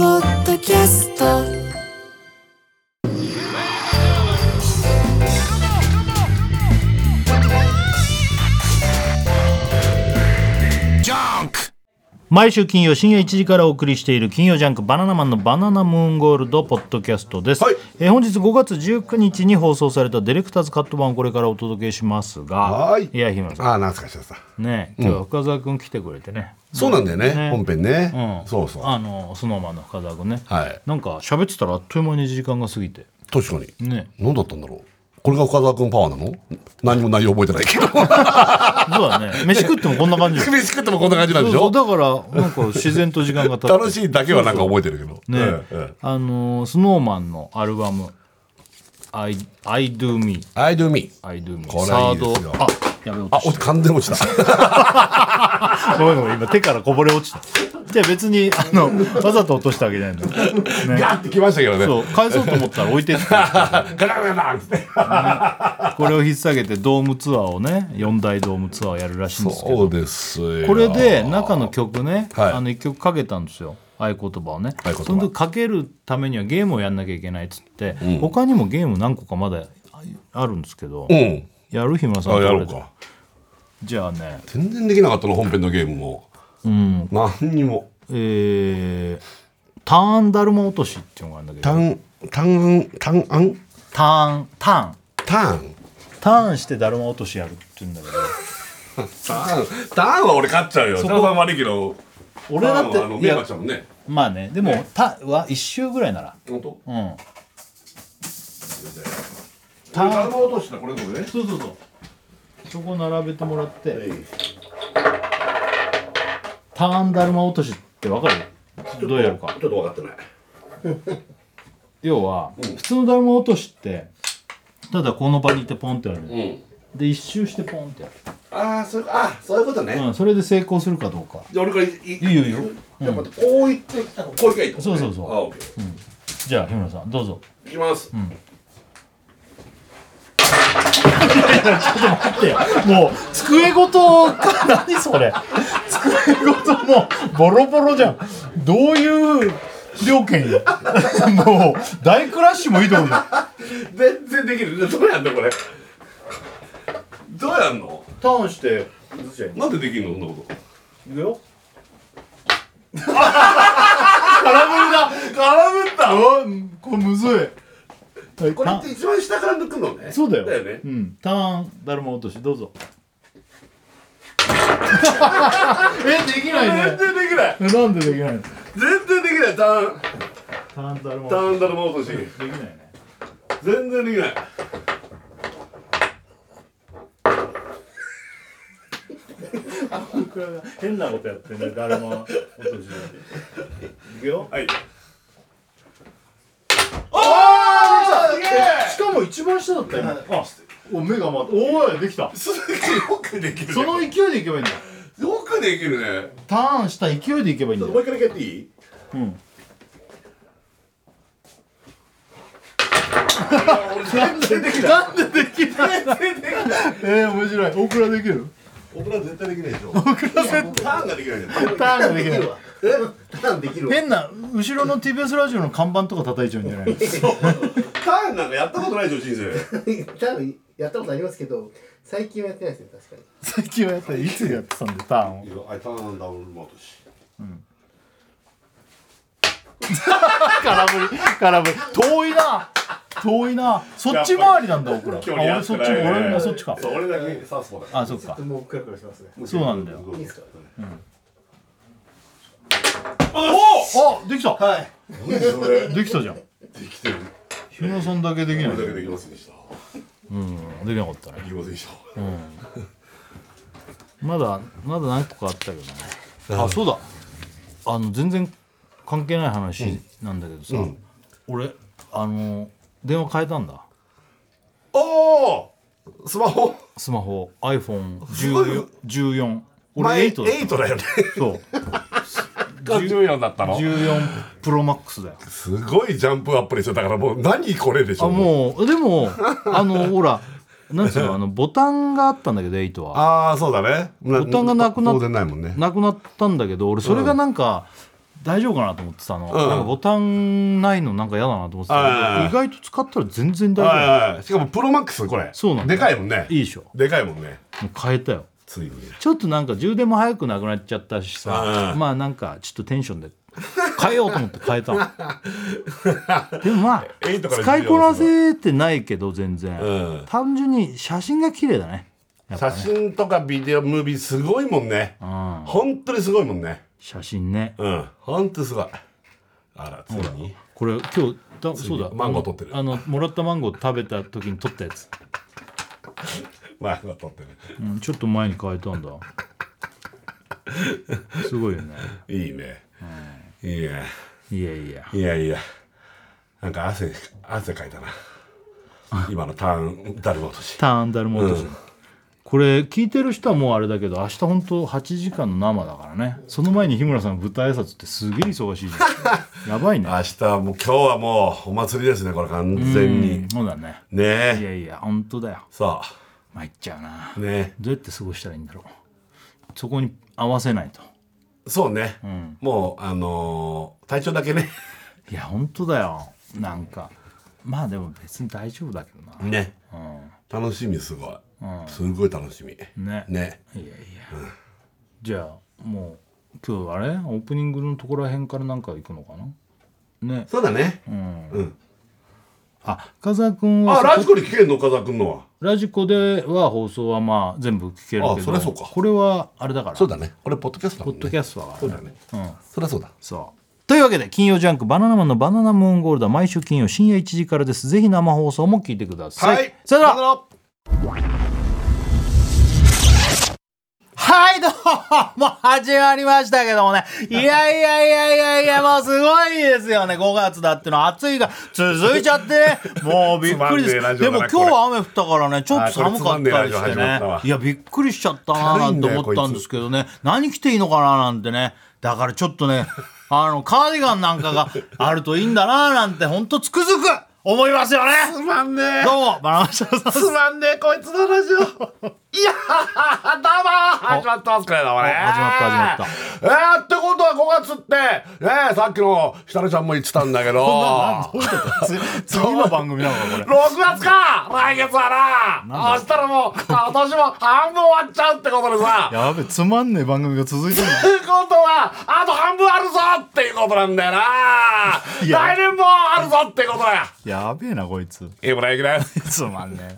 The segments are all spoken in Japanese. キャスト毎週金曜深夜1時からお送りしている金曜ジャンクバナナマンのバナナムーンゴールドポッドキャストです、はいえー本日5月19日に放送されたディレクターズカット版をこれからお届けしますがはいや日村さああ、懐かしいです。んね今日は深澤君来てくれてね、そうなんだよね、ね本編ね、うんそうそう。あのスノーマンの深澤君ね、はいなんか喋ってたらあっという間に時間が過ぎて確かに。ね何だったんだろう。これが深澤君パワーなの何も内容覚えてないけ ど。そうだね 飯食ってもこんな感じ飯食ってもこんな感じなんでしそうょだからなんか自然と時間が経って楽しいだけはなんか覚えてるけど。ね、うんうんあのスノーマンのアルバム「I, I Do Me I do me. I Do Me」これサはいいーですよドあやべ落あと、おし完全落ちた。たごめんごめん今手からこぼれ落ちたじゃあ別にあのわざと落としたわけじゃないの ガーってきましたけどね。そう返そうと思ったら置いてって ガラガラガラって。これを引っ提げてドームツアーをね4大ドームツアーをやるらしいんですけどそうですよ。これで中の曲ね、はいあの1曲かけたんですよ合言葉をね合言葉その時かけるためにはゲームをやんなきゃいけないっつって、他にもゲーム何個かまだああるんですけど、うん。やる暇さあ、んやろうか。じゃあね全然できなかったの、本編のゲームも。うん。何にも。えー、ターンだるま落としっていうのがあるんだけどタン、タン、タン、タン、ターンターンタン。ターンしてだるま落としやるって言うん だけターン、ターンは俺勝っちゃうよ。ターンは悪いけど。ど俺だターンはあの、ってい目がやちゃうもんね。まあねでもたは1周ぐらいなら本当。うんターン落とした、これどれ。そうそうそうそこ並べてもらって、ターンだるま落としってわかるどうやるかちょっと分かってない。要は、普通のだるま落としってただこの場にいてポンってやる、んで1周してポンってやああ、そう、あ、そういうことねる、うん、それで成功するかどうかじゃ、俺からい、いいいいよいいよじゃ、待って、こう言って、こう行けばいいってことね。そうそうそうあ、オッケー。じゃあ日村さんどうぞいきます。ってもう机ごとか何それ机ごともうボロボロじゃんどういう料金よもう大クラッシュもいいと思うよ全然できる。どうやんの、これ。どうやんの。ターンしてなんでできるの、そんなこと。いくよ空振りだ空振ったこれむずいはいこれタって一番下から抜くのね。そうだよだよねう。ん、ターンだるま落としどうぞ えできない全ね然できない。なんでできないの全然できない。ターン、ターンだるまタ落ーンだるま落とし。としできないね全然できない。変なことやってね、だるま落としいくよ。はい。しかも一番下だったよ。あ、お目が回った。おーい、できた。すごいよくできるね。その勢いでいけばいいんだ。よくできるね。ターンした勢いでいけばいいんだもうよ。一回だけやっていいうん。俺 全然できない。なんでできないえー、面白い。オクラできる僕ら絶対できないでしょ。僕ら絶対。ターンができないじゃん。ターンができない。えターンできるわ。変な、後ろの TBS ラジオの看板とか叩いちゃうんじゃないターンなんかやったことないでしょ、人生。多分やったことありますけど最近はやってないですね確かに最近はやったいつやってたんで、ターンを。いや、あいターンダブルマートし。空振り、空振り。遠いな遠いなそっち回りなんだ、オクラ。あ、距離合俺ってそっないち、ね俺もそっちか。そう、俺だけサウスポーだかあ、そっか。もうクラクラしますねら。そうなんだよいいですかあ、できたはい何それ。できたじゃん。できてる。日村さんだけできない。これだけでできませんでした。できなかったね。きませんでした。まだ、まだ何個かあったけどね。あ、そうだ。あの、全然関係ない話なんだけどさ。俺、あの、電話変えたんだ。おお。スマホ。スマホ、ごいよ iPhone14。14俺前8だった。トだよね。そう。 14だったの14 Pro Max だよ。すごいジャンプアップでしょ。だからもう何これでしょ。あ、もう、でも、あの、ほら、なんつうの、あの、ボタンがあったんだけど、8は。ああそうだねボボタンがなくなっ当然ないもんねなくなったんだけど俺それがなんか、大丈夫かなと思ってたの、んなんかボタンないのなんか嫌だなと思ってたはいはいはいの意外と使ったら全然大丈夫、はいはいはいしかもプロマックスこれそうなんだでかいもんねい、いでしょもでかいもんねう変えたよついにちょっとなんか充電も早くなくなっちゃったしさうんまあなんかちょっとテンションで変えようと思って変えた のでもま8あから使いこなせてないけど全然、うん単純に写真が綺麗だねやっぱ写ね真とかビデオムービーすごいもんねうん本当にすごいもんね写真ねうん本当にすごいあらついにこれ今日だそうだマンゴー取ってるあのもらったマンゴー食べた時に取ったやつ、まあ撮ってるうん、ちょっと前に変えたんだすごいよねいいねいやいやいやいやいやなんか汗汗かい たな今のターンだるま落としターンダルモード、うんこれ聞いてる人はもうあれだけど明日本当8時間の生だからねその前に日村さんの舞台挨拶ってすげえ忙しいじゃん やばいね明日はもう今日はもうお祭りですねこれ完全にそうだねいねえやいや本当だよさ参っちゃうなあねどうやって過ごしたらいいんだろうそこに合わせないとそうねんもうあのー体調だけねいや本当だよなんかまあでも別に大丈夫だけどなね楽しみすごいすごい楽しみねねいやいや、じゃあもう今日あれオープニングのところらへんからなんか行くのかなねそうだねうん、うんあ深澤君はあそこラジコで聞けんの岡田君のはラジコでは放送はまあ全部聞けるけどあそりゃそうかこれはあれだからそうだねこれポッドキャストだポもんねッドキャストだから、そうだねうんそりゃそうだそうというわけで金曜ジャンク「バナナマンのバナナムーンゴールド」は毎週金曜深夜1時からですぜひ生放送も聞いてください、それではらはい、どうも、 始まりましたけ どもね。いやいやいやいやいや、もうすごいですよね。5月だってのは暑いが続いちゃって ね、もうびっくりつまんねえでラす。ジでオだもな今日は雨降ったからね、ちょっと寒かっあこれつまたりしてんねえラジオ始まねったわ。いや、びっくりしちゃったなーなんて思ったんですけどね、何着ていいのかななんてね。だからちょっとね、あの、カーディガンなんかがあるといいんだなーなんて、ほんとつくづく思いますよね。つまんねえどうも、バナナマンシャさん。つまんねえこいつのラジオいやーどうも始まってますけれどもね始まった始まったえー、ってことは5月ってねえさっきの設楽ちゃんも言ってたんだけど 6次の番組なのか、これ。月か来月はな明日らもう今年も半分終わっちゃうってことでさやべ、つまんねえ番組が続いてるってことはあと半分あるぞっていうことなんだよな来年もあるぞってことだよやべえなこいつ井村ゆきですつまんね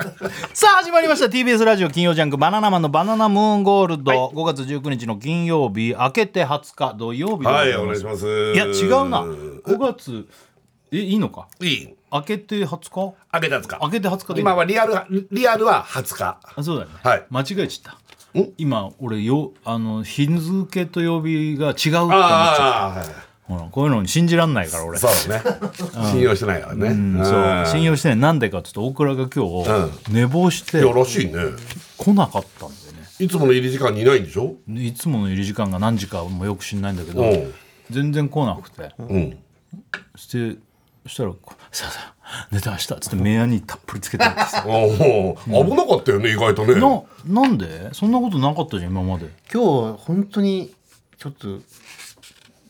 さあ始まりました TBS ラジオ金曜ジャンク「バナナマンのバナナムーンゴールド」5月19日の金曜日明けて20日土曜日でござはいい、ますお願いします。いや違うな5月えいいのかいい。明けて20日開けたやつか。明けて20日でいい今のはリアルは、リアルは20日。あそうだね、はい間違えちゃったん今俺よあの日付と曜日が違うって思っちゃああ、はいったほらこういうの信じらんないから俺そうですね。信用してないからね。うんそう信用してないなんでかちょっと大倉が今日寝坊していや、らしいね。来なかったんだよねいつもの入り時間にいないんでしょでいつもの入り時間が何時かもよく知んないんだけど、うん全然来なくて、うん。そしてそしたらこう「すいません寝てました」っつって目やにたっぷりつけてるんですよおお、危なかったよね、意外とね。 ななんでそんなことなかったじゃん今まで今日は本当にちょっと、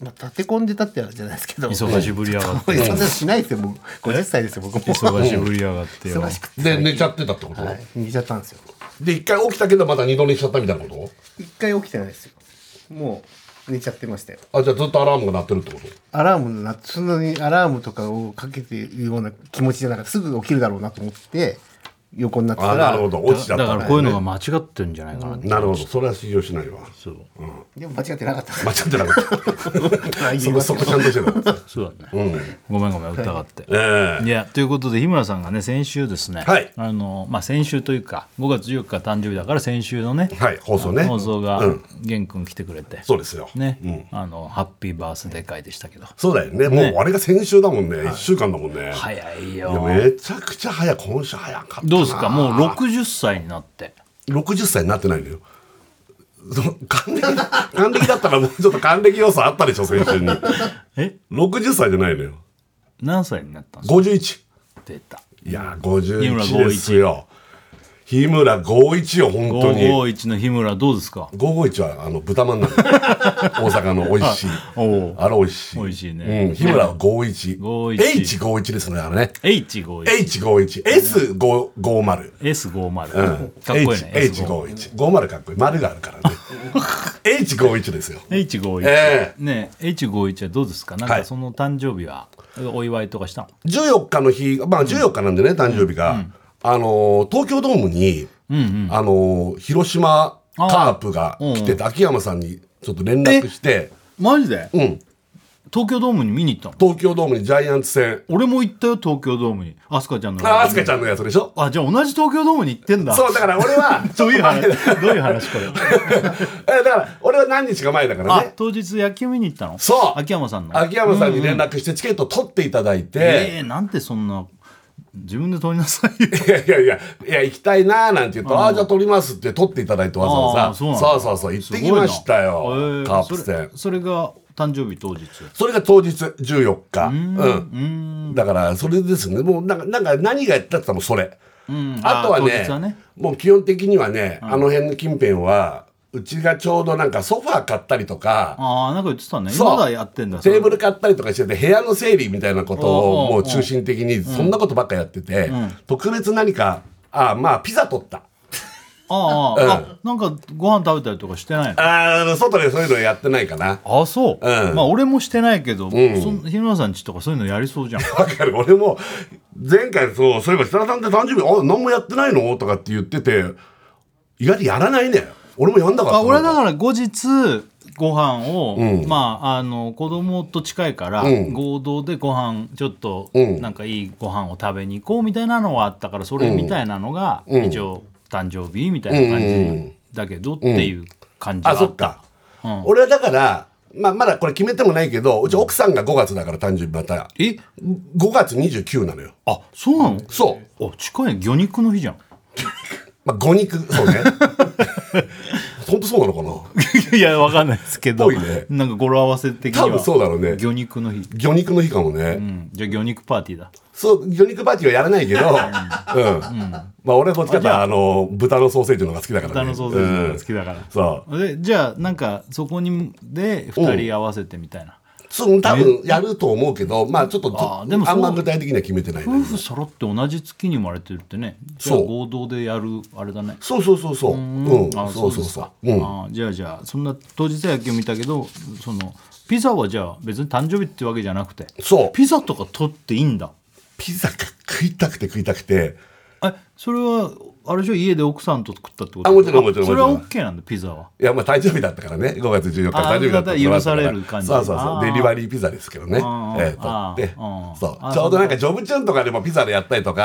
まあ、立て込んでたってあれじゃないですけど忙しぶりやがっ こてれそんなしないですよ僕50歳ですよ僕も忙しぶりやがってよ忙しくてで、寝ちゃってたってことはい逃げちゃったんですよで、一回起きたけど、また二度寝しちゃったみたいなこ一回起きてないですよもう寝ちゃってましたよとあ、じゃあずっとアラームが鳴ってるってことアラームのなそんなにアラームとかをかけているような気持ちじゃなくてすぐ起きるだろうなと思って横になってたあ、らなるほど。落ちちゃだった。からこういうのが間違ってんじゃないかなって、なるほど。それは信用しないわ。でも間違ってなかった間違ってなかった。そこ、そこちゃんとしてた。そうだねうん。ごめんごめん疑って、ええ。いやということで日村さんがね先週ですね、はいあのまあ、先週というか5月14日誕生日だから先週のね、はい、放送ね。放送がうん、玄君来てくれて、そうですよ。ね、あのハッピーバースデー会でしたけどそうだよね。もうあれが先週だもんね。一週間だもんね。早いいやよめちゃくちゃ早い。今週早かったな。どうですかもう60歳になって60歳になってないのよ。その還暦、還暦だ ったらもうちょっと還暦要素あったでしょ、先週に。え60歳じゃないのよ。何歳になったんですか51。出たいやー、井村51 51ですよ。日村551よ本当に551の日村どうですか551はあの豚まん なんだ大阪の美味しいおおあれ美味しい美味しいねうん、日村515 551 H51 ですねあれね H51 H51 S550 S50、うんかっこいいね H- H51 50かっこいい丸があるからね H51 ですよ H51、えね H51 はどうですかなんはかいその誕生日はお祝いとかしたの14日の日まあ14日なんでね誕生日が、あのー東京ドームに、あのー広島カープが来てて秋山さんにちょっと連絡して、マジでうん、東京ドームに見に行ったの東京ドームにジャイアンツ戦俺も行ったよ東京ドームにアスカちゃんのああすかちゃんのやつでしょあじゃあ同じ東京ドームに行ってんだそうだから俺 はどういう話どういう話これ えだから俺は何日か前だからあね当日野球見に行ったのそう秋山さんの秋山さんに連絡してチケット取っていただいええて、なんてそんな自分で取りなさいよいやいやいやいや行きたいなーなんて言うと、ああじゃあ取りますって取っていただいてわざあわーざそうなんだそうそうそう行ってきましたよすごいなええカープ戦それそれが誕生日当日それが当日14日うんうんだからそれですねもうなんかなんか何がやったって言ったらもうそれ、うんあとは当ね日はねもう基本的にはね、あの辺の近辺はうちがちょうどなんかソファー買ったりとかああなんか言ってたねそうまだやってんだテーブルル買ったりとかしてて部屋の整理みたいなことおうおをうもう中心的にそんなことばっかやってて、特別何かあまあピザ取ったああ、あなんかご飯食べたりとかしてないのあー外でそういうのやってないかなあそう、うんまあ俺もしてないけど、そん日村さんちとかそういうのやりそうじゃんわかる俺も前回そうそういえば設楽さんって誕生日あ何もやってないのとかって言ってて意外とやらないね俺もやんなかったあ俺だらから後日ご飯を、まああの子供と近いから、ん合同でご飯ちょっと、うんなんかいいご飯を食べに行こうみたいなのはあったからそれみたいなのが、一応誕生日みたいな感うんうんうじだけどっていう感じはああそっ、ったか、俺はだから、まあ、まだこれ決めてもないけどうち奥さんが5月だから誕生日またえ5月29なのよあそうなのそうあ近いね魚肉の日じゃんまあ、五肉、そう ね。本当そうなのかないやわか んないですけど、ぽいねなんか語呂合わせ的には多分そうだろうね魚肉の日魚肉の日かもね。うん、じゃあ魚肉パーティーだ。そう、魚肉パーティーはやらないけど、うん。まあ、俺はどっちかっていうとあの、豚のソーセージの方が好きだからね。豚のソーセージが好きだ。だから。そう。でじゃあなんかそこにで2人合わせてみたいな。そう、多分やると思うけど、まあ、ちょっとずあーでもそあうんま具体的には決めてないね、夫婦揃って同じ月に生まれてるってね。じゃあそう合同でやるあれだね。そうそうそうそう。うん。あそうそうそうですそかう。うん。あじゃあじゃあそんな当日は野球見たけどそのピザはじゃあ別に誕生日ってわけじゃなくてそう。ピピザとか取っていいんだ。ピザが食いたくて食いたくて、えそれはあれでしょ家で奥さんと作ったってことあもちろんもちろんそれはも OK なんだピザは。いや、まあ、誕生日だったからね。5月14日あー誕生日だったから。だから許される感じそうそうそあう。ーデリバリーピザですけどね。えあーえとってあー。そあーう。ちょうどなんか、ジョブチューンとかでもピザでやったりとあか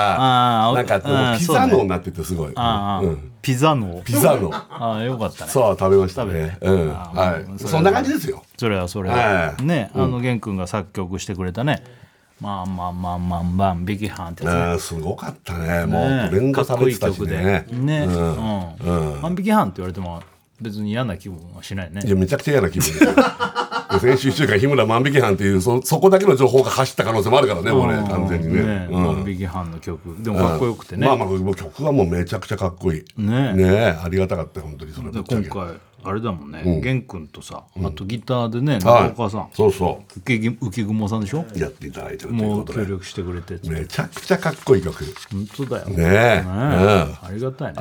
ー、なんかあー、ピザのになっててすごい。ああ、うんピザの。ピザの。ああよかったね。そう、食べましたね食。べてうん。あーもはうい。それそんな感じですよ。それはそれはは、いねあの玄君が作曲してくれたね「まあまあまあまあまあビキハン」ってやつねうんすごかったね。もねう、連打かさっこれいていたし曲ねで。ねうんうん万引き犯って言われても別に嫌な気分はしないねいや、めちゃくちゃ嫌な気分だよ 先週一週間、日村万引き犯っていう、そそこだけの情報が走った可能性もあるからね、俺、うん完全にね。うん万引き犯の曲でもかっこよくてねまあまあもう曲はもうめちゃくちゃかっこいいねねえありがたかったよ本当にそれでぶっちゃ今け回あれだもんね玄君とさあとギターでねはい中岡さんそうそ浮ぎ浮雲さんでしょうやっていただいてるといもううこ協とで力してくれてめちゃくちゃかっこいい曲ね本当だよえ、ねうんありがたいね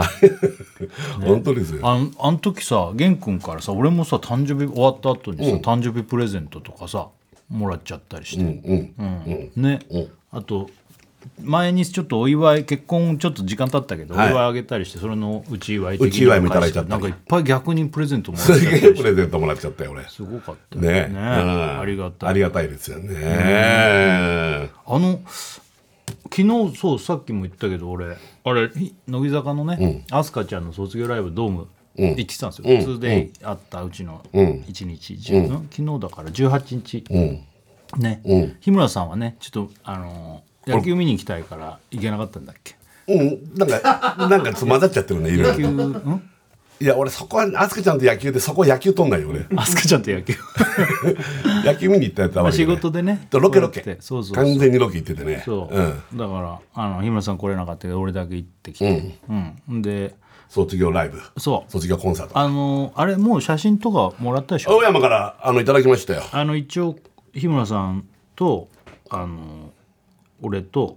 本当ですよあんあの時さ玄君からさ俺もさ誕生日終わった後にさ、誕生日プレゼントとかさもらっちゃったりして、うんね、あと前にちょっとお祝い結婚ちょっと時間経ったけど、はいお祝いあげたりしてそれのうち祝い内祝いもいただいちゃったりなんかいっぱい逆にプレゼントもらっちゃっすた りげえプレゼントもらっちゃったよ俺ねすごかったよえ、ねうんありがたいありがたいですよねあの昨日そうさっきも言ったけど俺あれひ乃木坂のね、アスカちゃんの卒業ライブドーム行ってきたんですよ、普通であったうちの1日、うん昨日だから18日、ね、日村さんはねちょっとあのー野球見に行きたいから行けなかったんだっけうんなんかなんかちょっと混ざっちゃってるねいろ野い球ろとんいや俺そこはあすかちゃんと野球でそこ野球取んないよねアスカちゃんと野球野球見に行ったやつはま悪 あいけどね仕事でねロケロケこうやってそうそうそう完全にロケ行っててねそう、ん、だからあの日村さん来れなかったけど俺だけ行ってきて、うんで卒業ライブそう卒業コンサートあのあれもう写真とかもらったでしょ青山からあのいただきましたよあの一応日村さんとあの俺と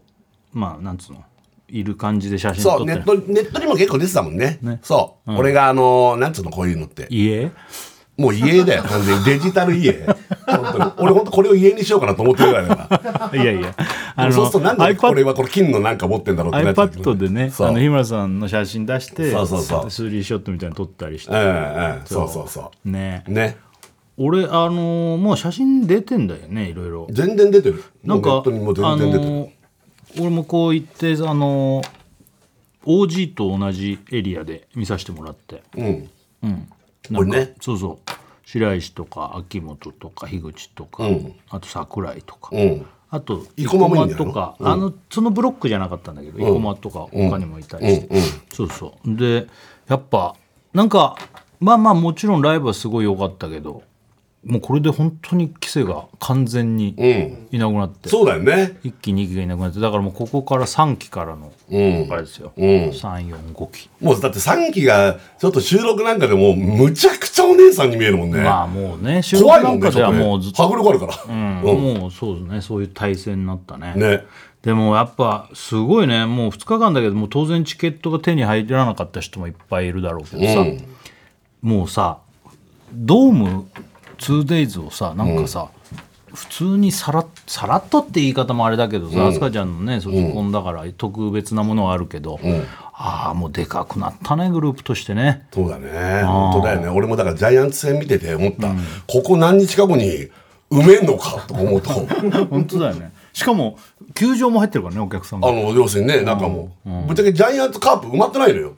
まあなんつうのいる感じで写真撮そっうネてるットネットにも結構出てたもんねねそう、俺があのーなんつうのこういうのって家 もう家だよ完全にデジタル家本当に俺本当これを家にしようかなと思ってるぐらいだからいやいやあそうするとなんで iPad これはこの金のなんか持ってんだろうってなっちゃうけど iPad でねそうあの日村さんの写真出してそうそうそうスリーショットみたいに撮ったりしうてんうんそうそうそねうね俺あのーもう写真出てんだよねいろいろ全然出てるなんかもうネットにも全然出てあるのー俺もこう言ってあのー OG と同じエリアで見させてもらってうんなんかこれねそうそう白石とか秋元とか樋口とか、あと桜井とか、んあと生駒もいいんじゃないとのか、あのそのブロックじゃなかったんだけど生駒、とか他にもいたりして、そうそうでやっぱなんかまあまあもちろんライブはすごい良かったけどもうこれで本当に規制が完全にいなくなって、そうだよね一期二期がいなくなってだからもうここから3期からの、うんあれですよ、345期もうだって3期がちょっと収録なんかでもうむちゃくちゃお姉さんに見えるもんね、まあもうね収録怖いなもんんねかちでょはっとねもうずっと迫力あるからうん、もうそうですねそういう体制になったねねでもやっぱすごいねもう2日間だけどもう当然チケットが手に入らなかった人もいっぱいいるだろうけどさ、もうさドーム 2days をさなんかさ、普通にさらさらっとって言い方もあれだけどさ、あすかちゃんのね卒コンだから特別なものはあるけど、ああもうでかくなったねグループとしてねそうだね本当だよね俺もだからジャイアンツ戦見てて思った、ここ何日か後に埋めんのかと 思う とあ本当だよねしかも球場も入ってるからねお客さんがの要するにねなんかもう、ぶっちゃけジャイアンツカープ埋まってないのよ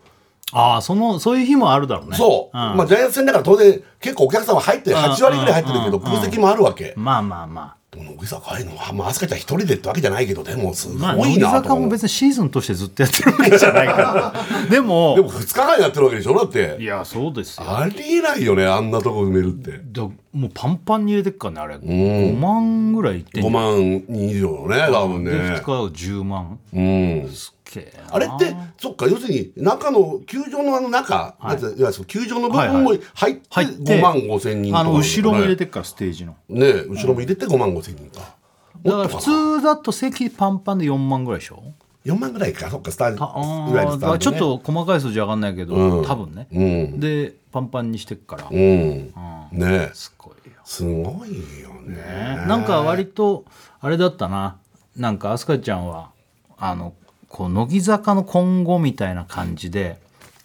ああそのそういう日もあるだろうねそう、まあ、ジャイアンツ戦だから当然結構お客さんは入って8割ぐらい入ってるけど空席もあるわけ、まあまあまあでも乃木坂ああいうのはまあ飛鳥ちゃん一人でってわけじゃないけどでもすまあ、ご乃い木なと坂思う、も別にシーズンとしてずっとやってるわけじゃな いから。でも、でも2日間やってるわけでしょだっていや、そうですよ。ありえないよねあんなとこ埋めるってだもうパンパンに入れてっからね、あれ。5万ぐらいいってん5じゃん万人以上のね多分で、2ね日は10万。うんすっげえなあれってそっか要するに中の球場のあの中、なんてい、わゆる球場の部分もは入って入って5万5千人とかあの、後ろも入れててっから、ステージの。ね後ろも入れて5万5千人か、だもかっらとか普通だと席パンパンで4万ぐらいでしょ4万ぐらいかそっかスタージあいわゆるあスターちジ、ょっね、と細かい数字上がんないけど、多分ね、うんで、パンパンにしてっから。うんねえすごいよ。すごいよねなんか割とあれだったななんか飛鳥ちゃんはあのこう乃木坂の今後みたいな感じで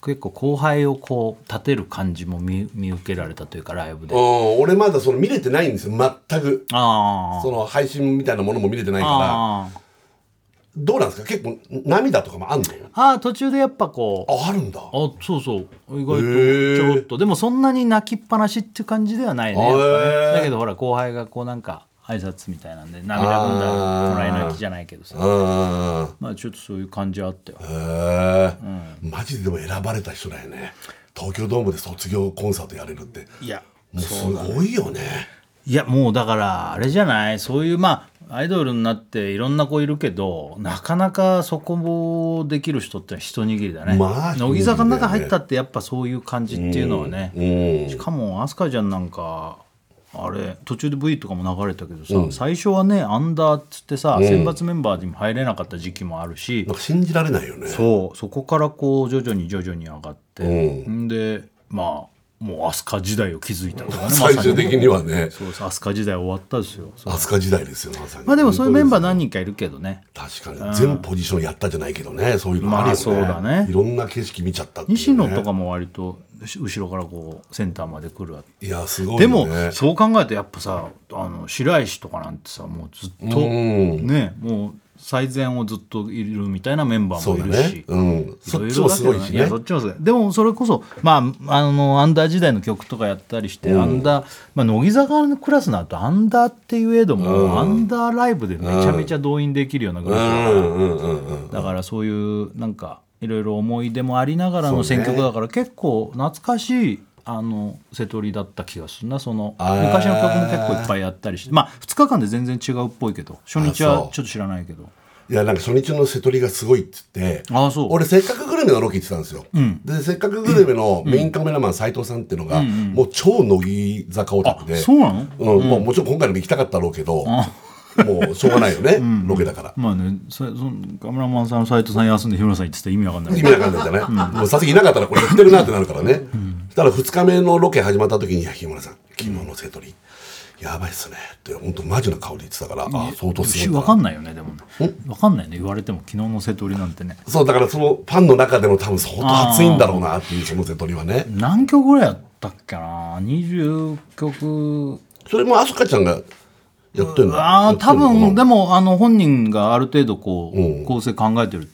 結構後輩をこう立てる感じも見見受けられたというかライブでうあん俺まだその見れてないんですよ全くあその配信みたいなものも見れてないからあーどうなんですか結構涙とかもあんのあー途中でやっぱこうああるんだあそうそう意外へとーちょろっとでもそんなに泣きっぱなしっていう感じではないねやっぱねへーだけどほら後輩がこうなんか挨拶みたいなんで涙ぐんだあーららい泣きじゃないけどさうんまあちょっとそういう感じはあったよへえ、マジででも選ばれた人だよね東京ドームで卒業コンサートやれるっていやもうすごいよねいやもうだからあれじゃないそういうまあアイドルになっていろんな子いるけどなかなかそこもできる人って一握りだね、まあ乃木坂の中一握りだよね入ったってやっぱそういう感じっていうのはね、しかも飛鳥ちゃんなんかあれ途中で V とかも流れたけどさ、最初はねアンダーっつってさ、選抜メンバーにも入れなかった時期もあるし、なんか信じられないよねそうそこからこう徐々に徐々に上がって、ん、でまあもう飛鳥時代を築いたとかねまさ に最終的にはねそうそう飛鳥時代終わったですよそう飛鳥時代ですよまさにまあでもそういうメンバー何人かいるけどね確かに全ポジションやったじゃないけどねそういうのもあるよね,、まあそうだねいろんな景色見ちゃったっていうね西野とかも割と後ろからこうセンターまで来るわいやすごいでよもねそう考えるとやっぱさあの白石とかなんてさもうずっとんねもう最善をずっといるみたいなメンバーそもういだるねしうんそろっろちもすごいしだけどねやねそっちもすごいでもそれこそまああのアンダー時代の曲とかやったりして、アンダー、まあ、乃木坂のクラスになるとアンダーっていうえども、アンダーライブでめちゃめちゃ動員できるようなグループだかうらんうんうんうんだからそういうなんかいろいろ思い出もありながらの選曲だから、結構懐かしいあの瀬戸利だった気がするなそのあー昔の曲も結構いっぱいやったりしてまあ2日間で全然違うっぽいけど初日あはそうちょっと知らないけどいやなんか初日の瀬戸りがすごいっつってあそう俺「せっかくグルメ」のロケ行ってたんですよ、で「せっかくグルメ」のメインカメラマン斎藤さんっていうのが、もう超乃木坂オタあクでそうなのうんもうもちろん今回のも行きたかったろうけどもうしょうがないよね、ロケだからまあねそそのカメラマンさんの斎藤さん休んで日村さん行ってたら意味わかんない意味なかったじゃない、もう佐々木いなかったらこれやってるなってなるからね、そしたら2日目のロケ始まった時に「いや日村さん昨日の瀬戸りやばいっすね」って本当マジな顔で言ってたから、ああ相当すごいな分かんないよねでもね分かんないね言われても昨日の瀬戸利なんてねそうだからそのファンの中でも多分相当熱いんだろうなっていうその瀬戸りはね何曲ぐらいやったっけな20曲それもアスカちゃんがやってんのああ多分でももあの本人がある程度こうんう構成考えてる、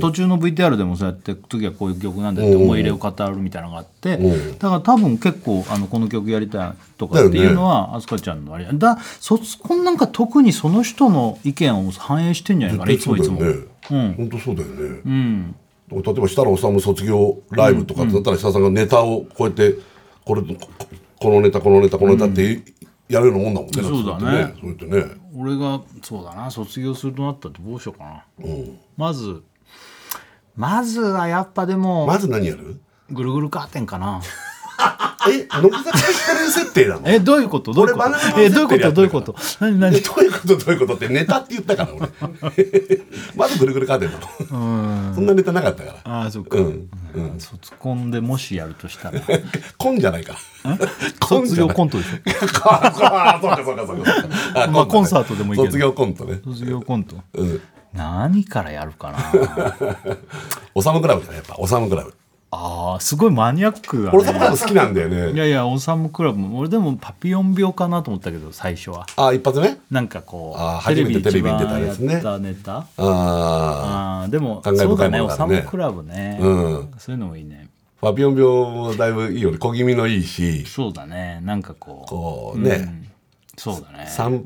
途中の VTR でもそうやって次はこういう曲なんでって思い入れを語るみたいなのがあって、うだから多分結構あのこの曲やりたいとかっていうのは飛鳥、ちゃんのあれだそこんなんか特にその人の意見を反映してんじゃないかないつそもういだつよも。ね本当そうだよね、例えば設楽統卒業ライブとかだったら設楽さんがネタをこうやってこれとここのネタこのネタこのネタってやるようなもんだもんね、そうだねそうやってね俺がそうだな卒業するとなったらどうしようかな、まずまずはやっぱでも、まず何やるぐるぐるカーテンかなえ乃木坂光る設定なのえどういうことどういうこと俺バナナマンえどういうこ設定でやとってどういるからうこと何え何どういうことどういうことってネタって言ったから 俺まずぐるぐるカーテンなのそんなネタなかったからああそっか、うん卒コンでもしやるとしたら コンじゃないから卒業コントでしょあそうかそうかそうか。 あま今度ねあコンサートでもいいけど卒業コントね。卒業コントうん。何からやるかなおさむクラブだねやっぱおさむクラブ。ああすごいマニアックだ俺おさむクねラブ好きなんだよいね。やいやオサムクラブも俺でもパピヨン病かなと思ったけど最初はあ一発ね。なんかこあーう初めてテレビに出たややつねったネタああーでも感慨そう深いもだねのオがあサるねムクラブね、あ。うん。そういうのもいいねファビオン病もだいぶいいよね。小気味のいいし、そうだねなんかこうこううねんそうだね三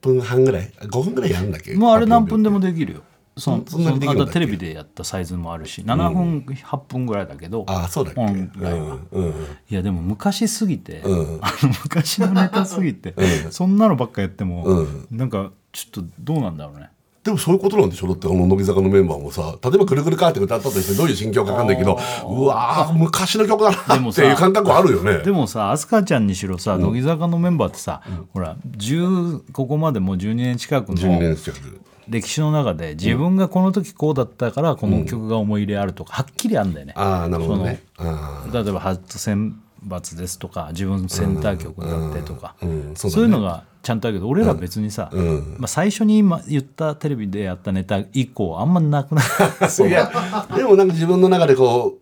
分半ぐらい、五分ぐらいやるんだっけ。もうあれ何分でも。もできるよそのそんなにできるんだっけあとテレビでやったサイズもあるし7分、8分ぐらいだけどあそうだっけ。ううんんうん。いやでも昔すぎて、うん あの昔のネタすぎて、そんなのばっかやっても、うんなんかちょっとどうなんだろうねでもそういうことなんでしょだってあの乃木坂のメンバーもさ例えば「くるくるカーテン」歌ったとしてどういう心境かわかんないけどうわー昔の曲だでなもっさていう感覚あるよねでもさ飛鳥ちゃんにしろさ乃木坂のメンバーってさ、ほら10ここまでもう12年近く12の年近く歴史の中で自分がこの時こうだったからこの曲が思い入れあるとかはっきりあんだよね、ああなるほどねあ例えば初選抜ですとか自分センター曲だってとか、あうんそそうだうねいうのがちゃんとあるけど俺ら別にさ、まあ、最初に今言ったテレビでやったネタ以降あんまなく ないやでもなんか自分の中でこ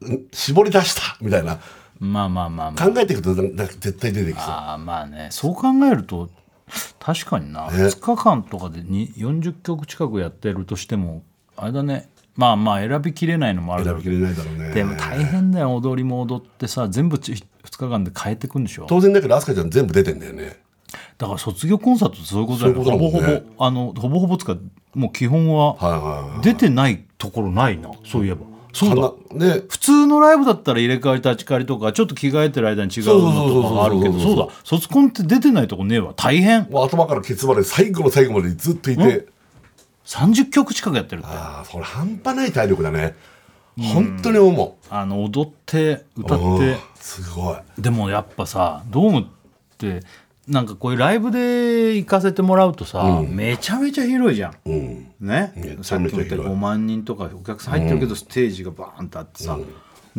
うん絞り出したみたいなまあまあまあまあ考えていくとなんか絶対出てきそうあーまあねそう考えると確かにな、ね2日間とかでに40曲近くやってるとしてもあれだねまあまあ選びきれないのもあるだ選ろびうきけれないだろうねどでも大変だよ踊りも踊ってさ全部2日間で変えてくんでしょ当然だけどアスカちゃん全部出てんだよねだから卒業コンサートってそういうことだよねそういうほことぼだもほんねぼあのほぼほぼつかもう基本ははいはいはい出てないところないな、そういえばそうだ花ね普通のライブだったら入れ替わり立ち替わりとかちょっと着替えてる間に違うのとかがあるけどそうそうそうそうそうだ卒コンって出てないとこねえわ大変もう頭からケツまで最後の最後までずっといて30曲近くやってるってあああそれ半端ない体力だね本当に思うの踊って歌っうてんすごいでもやっぱさドームってなんかこういうライブで行かせてもらうとさ、めちゃめちゃ広いじゃんうんねちさゃっめきちゃ広いも言った5万人とかお客さん入ってるけど、ステージがバーンとあってさ、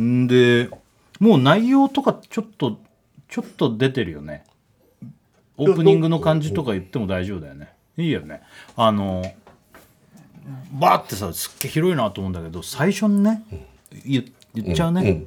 ん、でもう内容とかちょっとちょっと出てるよねオープニングの感じとか言っても大丈夫だよねいいよねあのバーってさすっげえ広いなと思うんだけど最初にね言言っちゃうね、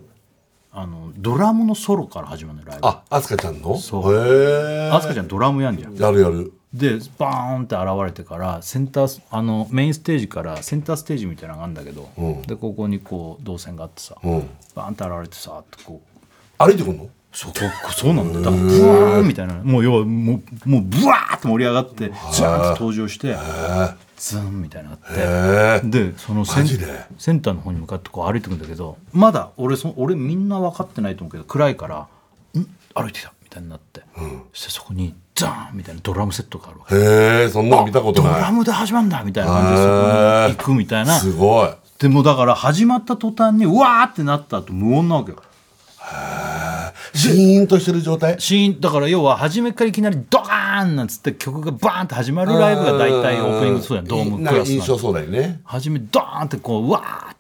あのドラムのソロから始まるのよライブあアスカちゃんのそうへえ あすかちゃんドラムやんじゃんやるやるでバーンって現れてからセンターあのメインステージからセンターステージみたいなのがあるんだけど、でここにこう動線があってさ、うんバーンって現れてさってこう歩いてくんのそこそうなんだよだからブワーンみたいなもう要はもうもうブワーって盛り上がってジャーンって登場してズンみたいなのがあってええでそのセマンジでセンターの方に向かってこう歩いてくんだけどまだ俺そ俺みんな分かってないと思うけど暗いから「ん歩いてきた」みたいになって、そしてそこにザーンみたいなドラムセットがあるわけへえそんなの見たことドないラムで始まるんだみたいな感じでそこに行くみたいなすごいでもだから始まった途端にうわーってなった後無音なわけよシーンとしてる状態シーンだから要は初めからいきなりドカーンなんつって曲がバーンって始まるライブが大体オープニングそうやんドームクラなスんか印なんて象そうだよね初めドーンってこううわーっ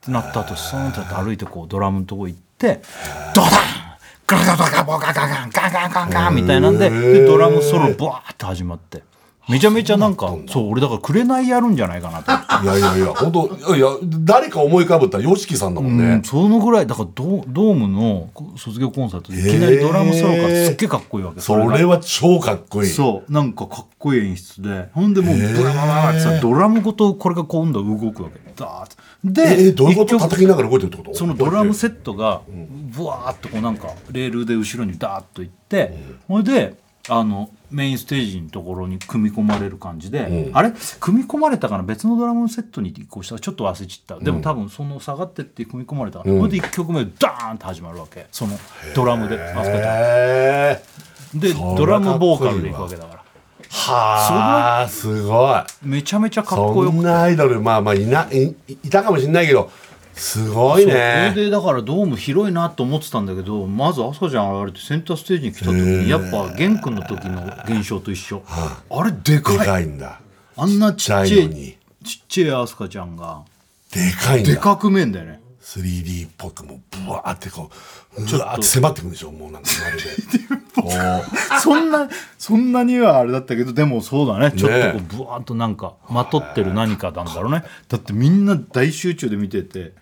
てなった後スーンって歩いてこうドラムのとこ行ってドダンガガガガガガガガンガンガンガンガンみたいなんででドラムソロバーって始まってめちゃめちゃなんかそう俺だからくれないやるんじゃないかなと思って。いやいやいや本当いやいや誰か思い浮かぶったら YOSHIKI さんだもんうねん、そのぐらいだからドドームの卒業コンサートでいきなりドラムソロからすっげえかっこいいわけ、そがれは超かっこいいそうなんかかっこいい演出でほんでもうブラバラバラってさドラムごとこれが今度は動くわけダーッてで、えー、どういうこ一と曲叩きながら動いてるってことそのドラムセットがブワーッとこうなんかレールで後ろにダーッといってほいであのメインステージのところに組み込まれる感じであれ組み込まれたかな別のドラムセットに移行したちょっと忘れちったでも多分その下がってって組み込まれたからほいで1曲目ダーンって始まるわけそのドラムであそこでへえでそりゃドラムボーカルでいくわけだからはあすごいめちゃめちゃかっこそよくんてなアイドルまあまあいないいたかもしれないけどすごいそうそれねでだからドーム広いなと思ってたんだけどまず朝ちゃん現れてセンターステージに来た時にやっぱ玄君の時の現象と一緒あれでかでいかいんだあんなちっちゃいちっちゃいのにちっちゃいアスカちゃんがでかいんでだかく見えんだよね 3D っぽくもうブワーってこううわーって迫ってくるんでしょもうなんかまるでこう そんなそんなにはあれだったけどでもそうだねちょっとこねうブワーッとなんかまとってる何かなんだろうねだってみんな大集中で見てて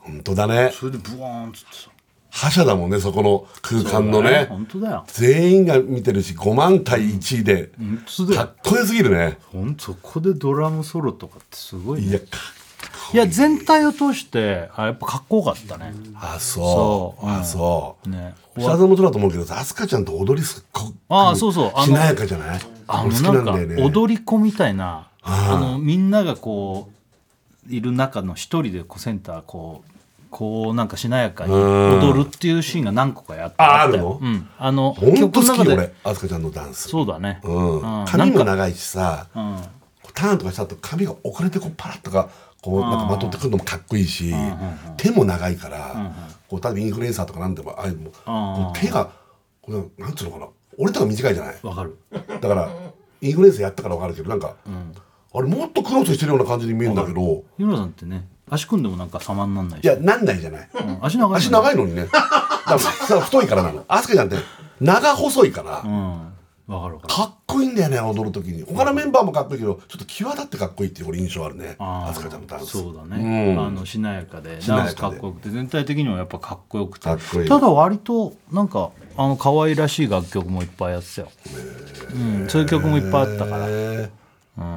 本当だねそれでブワーンっつってさ覇者だもんねそこの空間のね本当だよ全員が見てるし5万対1位で本当だかよっこよすぎるねほんそこでドラムソロとかってすごいねいやいや全体を通してあやっぱかっこよかったね。あそうそううんあそうね北澤もそうだと思うけどアスカちゃんと踊りすっごくあーそうそうあのしなやかじゃないあの俺好きななんんだかよね踊り子みたいなああのみんながこういる中の一人でこうセンターこうこうなんかしなやかにうん踊るっていうシーンが何個かやってあったあよるのうん、あのほんと曲の好中きよで俺アスカちゃんのダンスそうだね、うんうん髪なもんか長いしさうんこうターンとかした後髪が遅れてこうパラッとかこうなんかまとってくるのもかっこいいし手も長いからこう多分インフルエンサーとかなんでもああいうもうあーこう手がこうなんつうのかな俺とか短いじゃないわかるだからインフルエンサーやったからわかるけどなんかあれもっとクロスしてるような感じに見えるんだけど日村さんってね足組んでもなんか様になんないいしやなんないじゃないうん足長い足長いいのにねだからさ太いからなのアスカちゃんって長細いからうんわかるわかるかっこいいんだよね踊る時に他のメンバーもかっこいいけどちょっと際立ってかっこいいっていう俺印象あるねあーアスカちゃんのダンスそうだうね、んあのしなやかでしなやかでダンスかっこよくて全体的にもやっぱかっこよくてかっこいいただ割となんかあの可愛らしい楽曲もいっぱいやってたよ、うん、そういう曲もいっぱいあったから、へー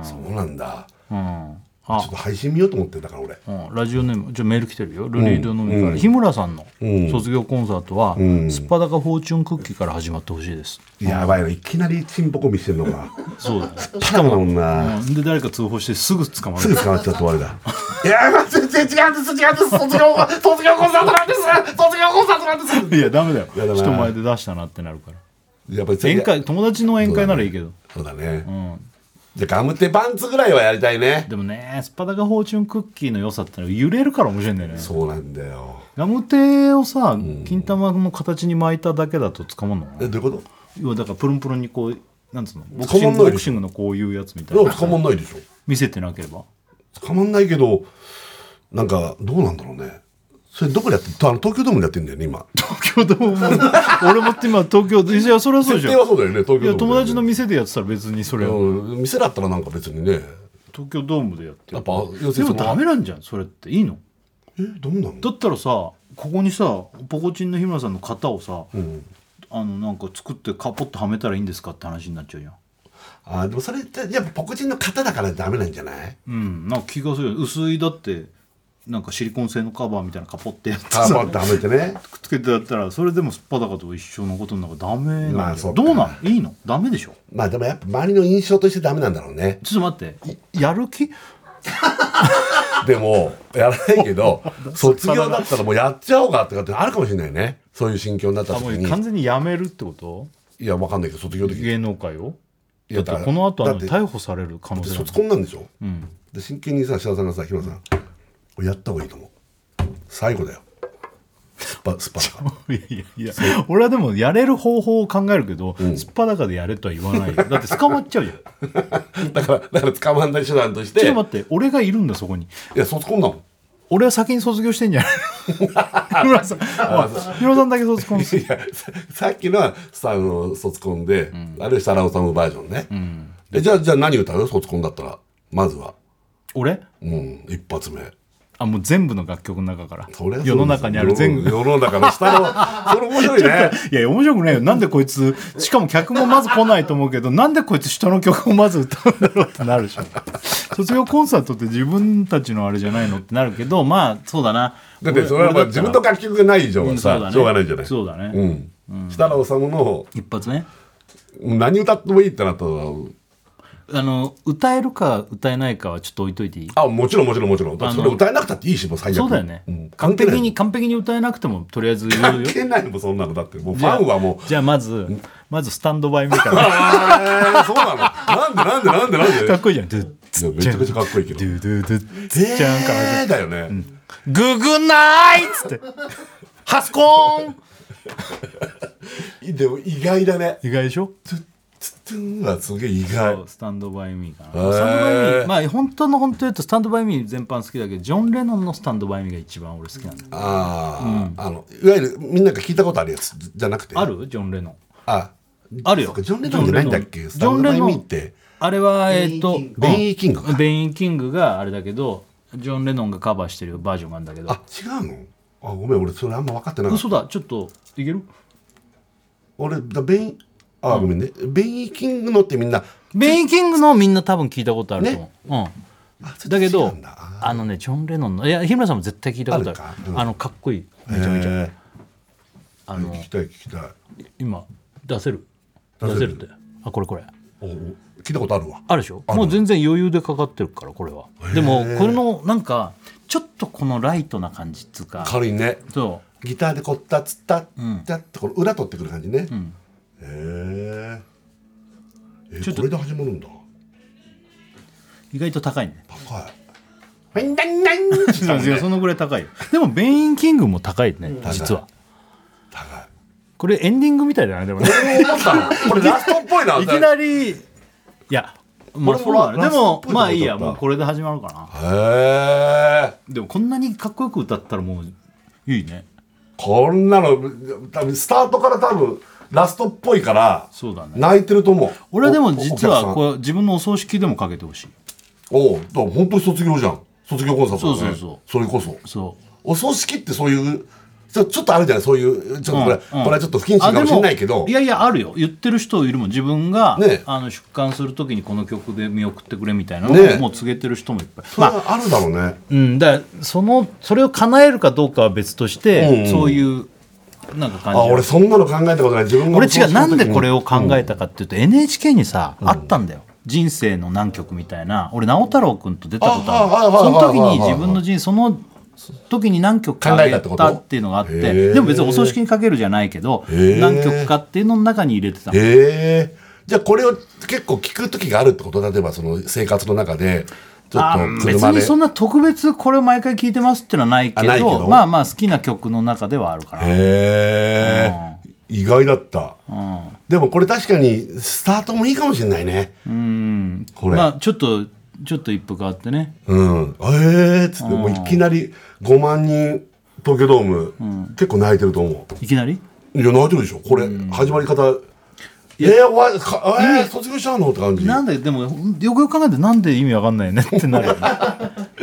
そうなんだちうんょっと配信見ようと思ってんだから俺うん、ラジオネームじゃあメール来てるよルリードのみから、日村さんの卒業コンサートは、すっぱだかフォーチュンクッキーから始まってほしいですやばいないきなりチンポ コ見してるのかそうだねしかもだもんなうんで誰か通報してすぐ捕ま るすぐ捕まっちゃって終わりだいや全然違うんです違うんです卒業卒業コンサートなんです卒業コンサートなんですいやダメだよやだな人前で出したなってなるからやっぱり宴会友達の宴会ならいいけどそうだね、んじゃあガムテパンツぐらいはやりたいねでもねスパダガフォーチュンクッキーの良さってのは揺れるから面白いんだよねそうなんだよガムテをさ金玉の形に巻いただけだとつかまんのかえなどういうこ要はだからプルンプルンにこうなんつうのボクシ捕まんングないボクシングのこういうやつみたいといやな捕まんないでしょ見せてなければ捕まんないけどなんかどうなんだろうねそれどこでやってあの東京ドームでやってんだよね今東京ドーム俺も今東京いやそれはそう設でし定ょはそうだよね東京ドームいでや友達の店でやってたら別にそれをうん店だったらなんか別にね東京ドームでやってやっるぱ要するにでもそのダメなんじゃんそれっていいのえどうなのだったらさここにさポコチンの日村さんの型をさ、あのなんか作ってカポッとはめたらいいんですかって話になっちゃうじゃんあでも それってやっぱポコチンの型だからダメなんじゃないうんなんか気がするよ薄いだってなんかシリコン製のカバーみたいなカポってやってあさまあダメてねくっつけてやったらそれでもすっぱだかと一緒のことになるからダメなんだよ、まあそうかどうなんいいのダメでしょまあでもやっぱ周りの印象としてダメなんだろう ねちょっと待っていやる気でもやらないけ ど卒業だったらもうやっちゃおうかとかってあるかもしれないねそういう心境になったあ時もうに完全にやめるってこといやわかんないけど卒業できる芸能界をいだやってだからこの後あだのって逮捕される可能性ある卒婚なんでしょ、で真剣にさ志田さんがさ日村さんこれやった方がいいと思う最後だよスパスパだかいやいやいや俺はでもやれる方法を考えるけど、すっぱだかでやれとは言わ ないよだって捕まっちゃうじゃんちょらだからだから捕まんない手段としてっと待って俺がいるんだそこにいや卒婚だもん俺は先に卒業してんじゃない 日村さん、日村さんだけ卒婚するいやささっきのはさあの卒コンで、あるいは設楽治バージョンね、えじゃあじゃあ何歌う卒コンだったらまずは、俺うん、一発目あもう全部の楽曲の中からそれはそうです世の中にある全部世の中の下のそれ面白いね いや面白くないよなんでこいつしかも客もまず来ないと思うけどなんでこいつ人の曲をまず歌うんだろうってなる でしょ卒業コンサートって自分たちのあれじゃないのってなるけどまあそうだなだってそれはまあ俺だ自ったら分の楽曲がない以上はうんそうさ、だねしょうがないじゃないそうだねうん、設楽治の一発ね何歌ってもいいってなったらあの歌えるか歌えないかはちょっと置いといていいあもちろんもちろんもちろんだってそれ歌えなくたっていいしもう最悪そうだよね、ん関完係な璧いに完璧に歌えなくてもとりあえず言う関よ係ないもんそんなのだってもうファンはもうじゃあまずまずスタンドバイみた いなあーそうなのなんでなんでなんでかなんっこいいじゃんドゥッ でいやめちゃくちゃかっこいいけどドゥドゥドゥッえーちゃんからだよね、ググナイっつってハスコーンでも意外だね意外でしょツッツンはすげえ意外スタンドバイミーかな、ースタンドバイミーまあ本当の本当言うとスタンドバイミー全般好きだけどジョン・レノンのスタンドバイミーが一番俺好きなんだよああ、あのいわゆるみんなが聞いたことあるやつじゃなくてあるジョン・レノンああるよそっかジョン・レノンじゃないんだっけジョンレノンスタンドバイミーってあれはえっ、とベンイーキングうんベイン・キングがあれだけどジョン・レノンがカバーしてるバージョンがあるんだけどあ違うのあごめん俺それあんま分かってなかった嘘だちょっといける俺だベンあごめんね、ベンイーキングのってみんなベイン・キングのみんな多分聞いたことあると思う、あそうん、れだけ違うどんだああのねジョン・レノンのいや日村さんも絶対聞いたことあるああるかうんのかっこいいーめちゃめちゃ、えあーの聞きたい聞きたい今出せる出せるってあこれこれおお聞いたことあるわあるでしょもう全然余裕でかかってるからこれはでもこれのなんかちょっとこのライトな感じっつうか軽いねそギターでこったつったったってこの裏取ってくる感じね、へーえちょっとこれで始まるんだう意外と高いね高いフンダンダン高いいやそのぐらい高いよでもベインキングも高いね実はこれエンディングみたいだなでもね思ったのこれラストっぽいないきなりいやまあこれそうもだラねでラもストっぽいとこまあいいだやったもうこれで始まるかなへえでもこんなにかっこよく歌ったらもういいねこんなの多分スタートから多分ラストっぽいからそうだね泣いてると思う俺はでおもお客実さんはこれ自分のお葬式でもかけてほしいおうだから本当に卒業じゃん卒業コンサートだねそうそうそれこそそうお葬式ってそういうちょちょっとあるじゃないそういうちょっとこれ、うんこれはちょっと不謹慎かあでもしれないけどいやいやあるよ言ってる人いるもん自分が、ねあの出棺する時にこの曲で見送ってくれみたいなのを、ねもう告げてる人もいっぱいそれまあはあるだろうね、うんだからそのそれを叶えるかどうかは別として、うんうんそういうなんか感じあ俺そんなの考えたことない自分が俺違うなんでこれをを考えたかっていうと、NHK にさ、あったんだよ人生の何曲みたいな俺直太朗君と出たことあはいはいはいはいはいあるその時に自分の人生その時に何曲か考えたあげってことたっていうのがあっへてーでも別にお葬式にかけるじゃないけどー何曲かっていうのの中に入れてたへえじゃあこれを結構聞く時があるってこと例えばその生活の中でちょっあとー別車にでそんな特別これを毎回聴いてますってのはないけあどないけどまあまあ好きな曲の中ではあるから、へえ意外だった、でもこれ確かにスタートもいいかもしれないねうん、これまあちょっとちょっと一風変わってねうんええっつってもういきなり5万人東京ドーム、結構泣いてると思いきなりういや泣いてるでしょこれ、始まり方えー、お前かえー、卒業しちゃうのって感じなんででもよくよく考えてなんで意味わかんないよね ってなるよね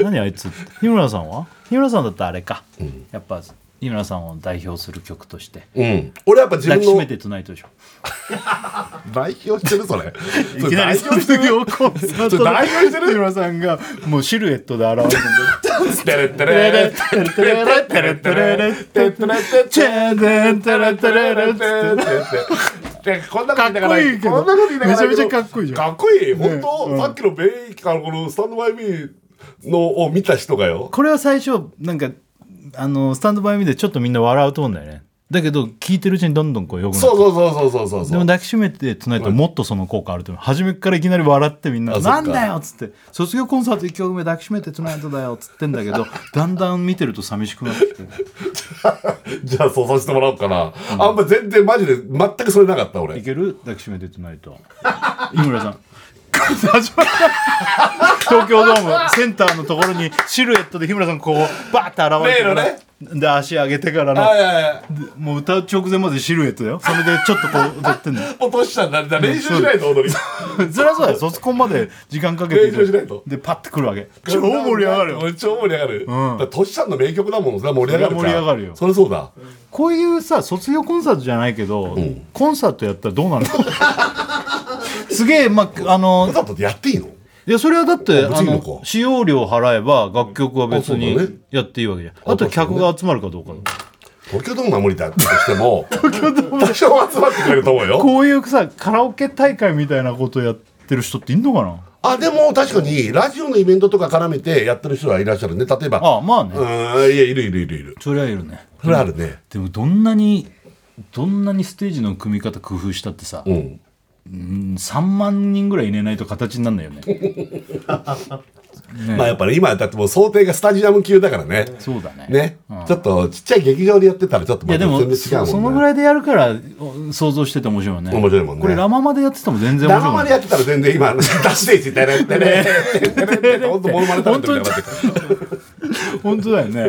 何あいつって日村さんは日村さんだったらあれか、やっぱ井村さんを代表する曲としてうん、俺やっぱ自抱分きしめのてトゥナイトでしょ代表してるそれいいきな代り表してるよ コンサーちょっと代代表してる井村さんがもうシルエットで現れるんで表してるってねこんなこと言いながらこんなこと言いながらかっこいい本当さっきのベイからこのスタンドバイミーのを見た人がよこれは最初なんかあのスタンドバイミーでちょっとみんな笑うと思うんだよねだけど聞いてるうちにどんどんこうよくなってそうそうそうそうそうでそもう抱きしめてトゥナイトもっとその効果あると思う初めからいきなり笑ってみんあな「そっなかんだよ」っつって「卒業コンサート1曲目抱きしめてトゥナイトだよ」っつってんだけどだんだん見てると寂しくなってきてじゃあそうさせてもらおうかなあんま全然マジで全くそれなかった「い俺ける抱きしめてトゥナイト」井村さん 始まった東京ドームセンターのところにシルエットで日村さんこうバーって現れてから例で足上げてからのはいはいはいもう歌う直前までシルエットだよそれでちょっとこう踊ってんのよ落としたんだ練習しないと踊り そりゃそうだよ卒コンまで時間かけて練習しないとでパッてくるわけ超盛り上がるよ俺超盛り上がる、だからトシちゃんの名曲だもんそれは盛り上がるかそれは盛り上がるよそれそうだこういうさ卒業コンサートじゃないけど、コンサートやったらどうなるの すげえまああコンのサートでやっていいのいやそれはだってああ別にいいのかの使用料払えば楽曲はあ別そうだねにやっていいわけじゃんあと客が集まるかどうかだ東京ドームは無理だとしても東京ドーム多少集まってくれると思うよこういうさカラオケ大会みたいなことやってる人っていんのかなあでも確かにラジオのイベントとか絡めてやってる人はいらっしゃるね例えばああまあね、うーんいやいるいるいるいるそれはいるねそれあるねでもどんなにどんなにステージの組み方工夫したってさ、うん3万人ぐらい入れないと形になんない よねまあやっぱり今だってもう想定がスタジアム級だからねそうだねね、うんちょっとちっちゃい劇場でやってたらちょっといまやたでも全然違うもんねそそのぐらいでやるからお想像してて面白いよね面白いもんねこれラマまでやってても全然面生ま白いでやってたら全然今、出していち、てれってね、本当、モノマネ食べてるみたい本当だよね、なっ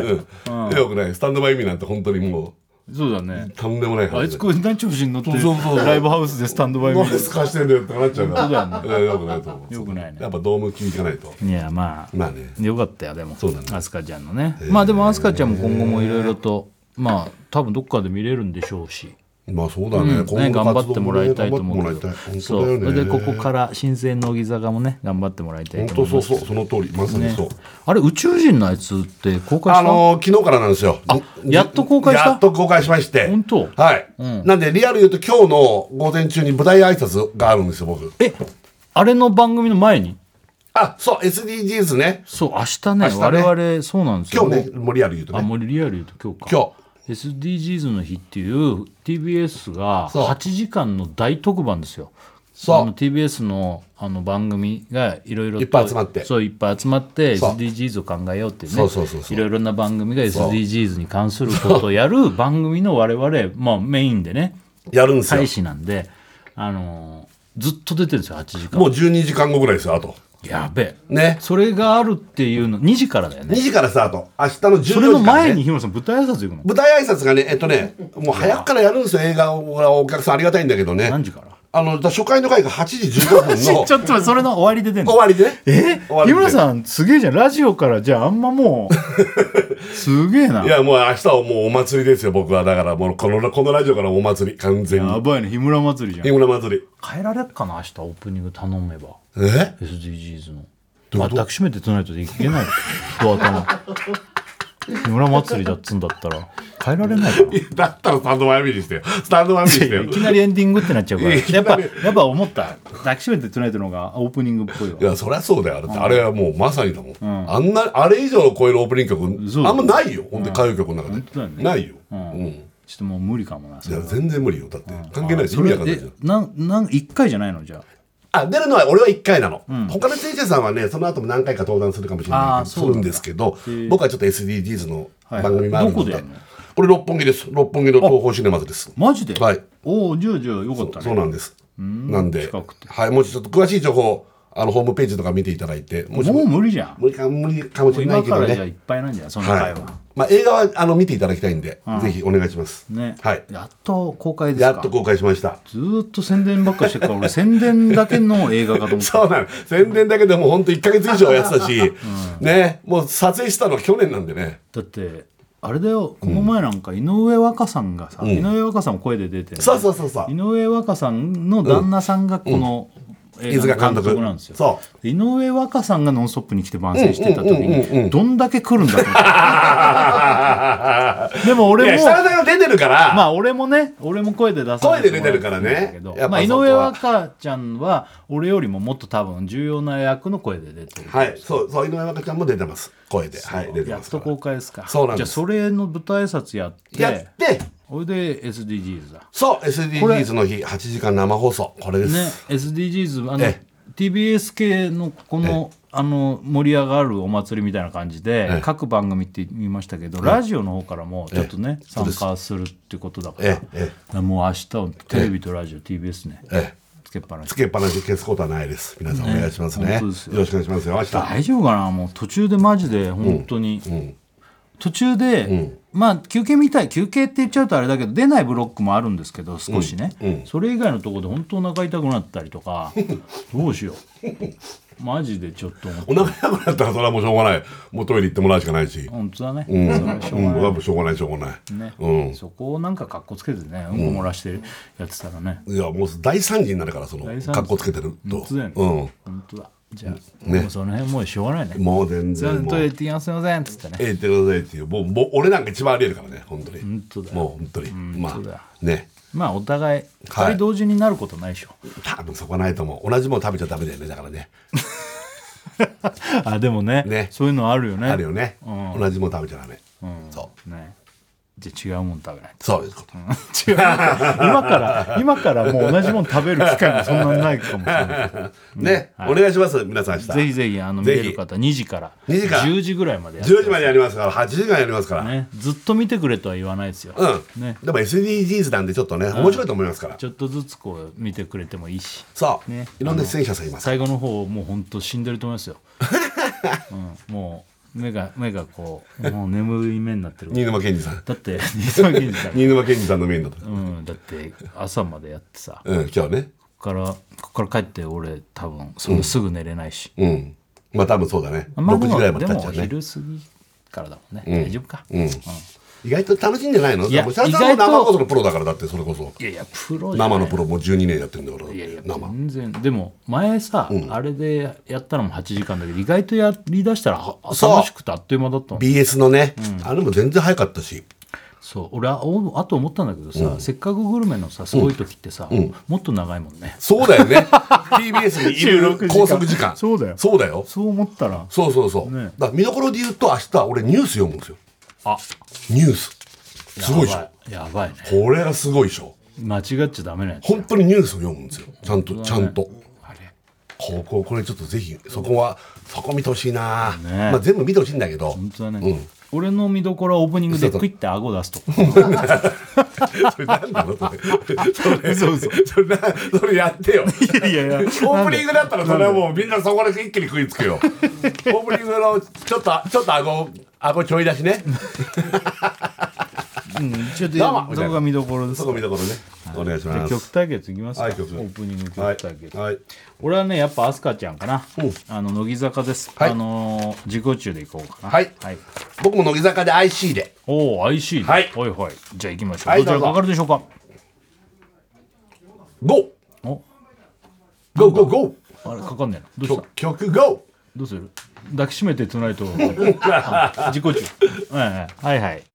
てる。よくない、スタンドバイミーなんて本当にもそうだねう、とんでもないあ話いだつよ。これ何調子に乗ってそうそうそうライブハウスでスタンドバイミ何でーすかしてんだよってなっちゃうから。本うんよくないと思う。よくないねやっぱドーム級いかないと。いやまあ、まあねよかったよでもそうだねアスカちゃんのね、まあでもアスカちゃんも今後もいろいろとまあ多分どっかで見れるんでしょうしまあそうだね、ね、頑張ってもらいたいと思う頑張けってもらいたい本ど当だそようねそれでここから新生乃木坂もね頑張ってもらいたい本と当思いそまうすそう、その通り、まさにそう。あれ宇宙人のやつって公開したあのー昨日からなんですよ。やっと公開したやっと公開しまして。本当はい。うんなんで、リアル言うと今日の午前中に舞台挨拶があるんですよ、僕。えあれの番組の前にあ、そう、SDGs ね。そう明日ね明日ね我々そうなんです今よ日ね、もうリアル言うとあね。もうリアル言うと今日か今日。 SDGs の日っていう TBS がそう8時間の大特番ですよそうあの TBS のあの番組がいろいろといっぱい集まってそういっぱい集まってそう SDGs を考えようっていうそねうそうそうそういろいろな番組がそう SDGs に関することをやる番組の我々、まあ、メインでねやるんですよ大。使なんで、あのーずっと出てるんですよ8時間もう12時間後ぐらいですよ、あと。やべえね。それがあるっていうの2時からだよ2ね時からスタート。明日の14時から、そね。れの前に日村さん舞台挨拶行くの舞台挨拶がね、えっとね、もう早くからやるんですよ、映画をお客さんありがたいんだけどね。何時からあの、初回の回が8時15分 ちょのっと待ってそれの終わりで出るの終わりでね。 え終わり日で村さんすげえじゃんラジオからじゃああんまも うすげえないや、もう明日はもうお祭りですよ、僕は。だからもうこの、このラジオからお祭り、完全やに。ばいね日村祭りじ日ゃん村祭り。変えられっかな明日オープニング頼めばえ SDGs のあ抱きしめてとないといけないドア 頭日村祭りだっつんだったら変えられないかな だったらスタンド前見にしてよ。スタンド前見にしてよ。いきなりエンディングってなっちゃうからいきやっぱやっぱ思った抱きしめてトゥナイトの方がオープニングっぽいいわや、そりゃそうだよ。あれ,、あれはもうまさにだもん。あんな、あれ以上を超えるオープニングそう曲、だあんまなよいよ。本当に歌謡曲の中で。当だよねないよ、ううんん。いちょっともう無理かもなそれや、は全然無理よ。だって。関係ないし、意そ味れわかんないえじゃん。なんなん1回じゃないのじゃああ、出るのは俺は1回なの。他の選手さんはね、その後も何回か登壇するかもしれあなーいけそど、すうなんるんだですけどへ、ー僕はちょっと SDGs のはい番組もあるんどこでやんのこれ六本木です。六本木の東方シネマズです。マジで、はいおおじゃあじゃあよかったねそうなんです。なんで近く、てはい、もうちょっと詳しい情報、あの、ホームページとか見ていただいて、もしもうも無理じゃん。無理か、無理かもしれない今けかどらじゃあねい。っぱいなんじゃないそのは会い話。まあ、映画はあの見ていただきたいんで、ぜひお願いします。ね、はい。やっと公開ですかやっと公開しました。ずーっと宣伝ばっかしてるから俺宣伝だけの映画かと思 ったそうなの。宣伝だけでもうほんと1ヶ月以上やってたし、ね、もう撮影したのは去年なんでね。だってあれだよこの前なんか井上和香さんがさ、うん井上和香さんも声で出てるそうそうそうそう井上和香さんの旦那さんがこの、映飯塚画の監督なんですよそ井上和香さんが「ノンストップ!」に来て番宣してた時うんうんうんうにんどんだけ来るんだと思 ってでもうい俺やも久々が出てるから、まあ俺もね俺も声で出させ声で出てるからねもらってるんだけやっどまあぱ井そこは上和香ちゃんは俺よりももっと多分重要な役の声で出てるはいそうそう井上若ちゃんも出てます声ではい出てやまっすと公開ですかそうなんですじゃあそれの舞台挨拶やってやってこれで SDGs だそうこれ SDGs の日8時間生放送これです、ね SDGs あのえ TBS 系のこのあの盛り上がるお祭りみたいな感じで、え各番組って言いましたけど、ラジオの方からもちょっとね、参加するってことだから、えええもう明日はテレビとラジオ、TBS ね、ええつけっぱなしつけっぱなし消すことはないです皆さんお願いしますねねよ本当ろしですよくお願いしますよ明日大丈夫かなもう途中でマジで本当に、途中で、まあ休憩みたい休憩って言っちゃうとあれだけど出ないブロックもあるんですけど少しね、それ以外のところで本当お腹痛くなったりとかどうしようマジでちょっと思ってお腹痛くなったらそれはもうしょうがないもうトイレ行ってもらうしかないし本当だね、うん、それはしょううがないん、もうしょうがないしょうがない、ねうそこをなんかかっこつけてねうんこ漏らしてやってたらね、んいやもう大惨事になるからその大惨事格好つけてると本当だよねうん本当だじゃあ、ねもうその辺もうしょうがないねもう全じゃあ然もトイレう行ってきますすいませんっつってねええってくださいっていうもうもう俺なんか一番ありえるからね本当に本当だよもう本当にま本当だよあねまあお互いはい2人同時になることないでしょ、多分そこはないと思う同じもの食べちゃダメだよねだからね あでもねねそういうのあるよねあるよね、うん同じもの食べちゃダメ、そうねじゃあ違うもん食べないと そういうこと、違う今から今からもう同じもん食べる機会もそんなにないかもしれないね、お願いします皆さ ん明日ぜひぜひあの見ぜひれる方2時から2時から10時ぐらいまでやって10時までやりますから8時間やりますから、ねずっと見てくれとは言わないですよ、うん、ね、でも SDGs なんでちょっとね面白いと思いますから、ちょっとずつこう見てくれてもいいしそう、ねいろんな出演者さんいます最後の方もう本当死んでると思 いますよ、うん、もう目が目がこうもう眠い目になってる新沼謙治さんだって新垣結 衣さん新沼謙治さんのメインだと、うん、だって朝までやってさうん、今日はねここからここから帰って俺多分そのすぐ寝れないし、うんまあ多分そうだね、まあ6で時もぐらいまでで経っもちゃうね昼過ぎからだもんね、大丈夫か、んい意外と楽しいんじゃないのいやもう設楽さんも意外と生放送のプロだからだってそれこそやいやプロじゃない生のプロもう12年やってるんだからいやいや生全然でも前さ、あれでやったのも8時間だけど意外とやりだしたらはそう楽しくてあっという間だったの BS のね、あれも全然早かったしそう俺はおあと思ったんだけどさ、せっかくグルメのさすごい時ってさ、もっと長いもんねそうだよ ね TBS にい収る録時間拘束時間そうだよそうだよそう思ったらそうそうそう、ねだから見どころで言うと明日俺ニュース読むんですよあニュースすごいでしょやばいねこれがすごいでしょ間違っちゃダメなやつ本当にニュースを読むんですよちゃんと、ちゃんとあれこここれちょっとぜひそこはそこ見てほしいな、ねまあ、全部見てほしいんだけ ど本当だね、俺の見どころはオープニングでクイッて顎出すとこそれなんだろうそれそれそれなそれやってよいやいやオープニングだったらそれはもうみんなそこで一気に食いつくよオープニングのちょっとちょっと顎顎ちょい出しねうんちょっとどうもそこが見どころですそこ見どころねお願いしじゃまあす曲対決いきますか、はいオ曲ープニングは曲対決、い、はい、俺はねやっぱ飛鳥ちゃんかな、うんあの乃木坂です、はいあのー自己中でいこうかなはい僕も乃木坂で IC でおお IC で、はいはいはいじゃあ行きましょう、はいどちらどうぞかかるでしょうかゴおーゴーゴーゴあれかかんねえなどうしたー曲ゴ どうする抱きしめてトゥナイト自己中、ええはいはい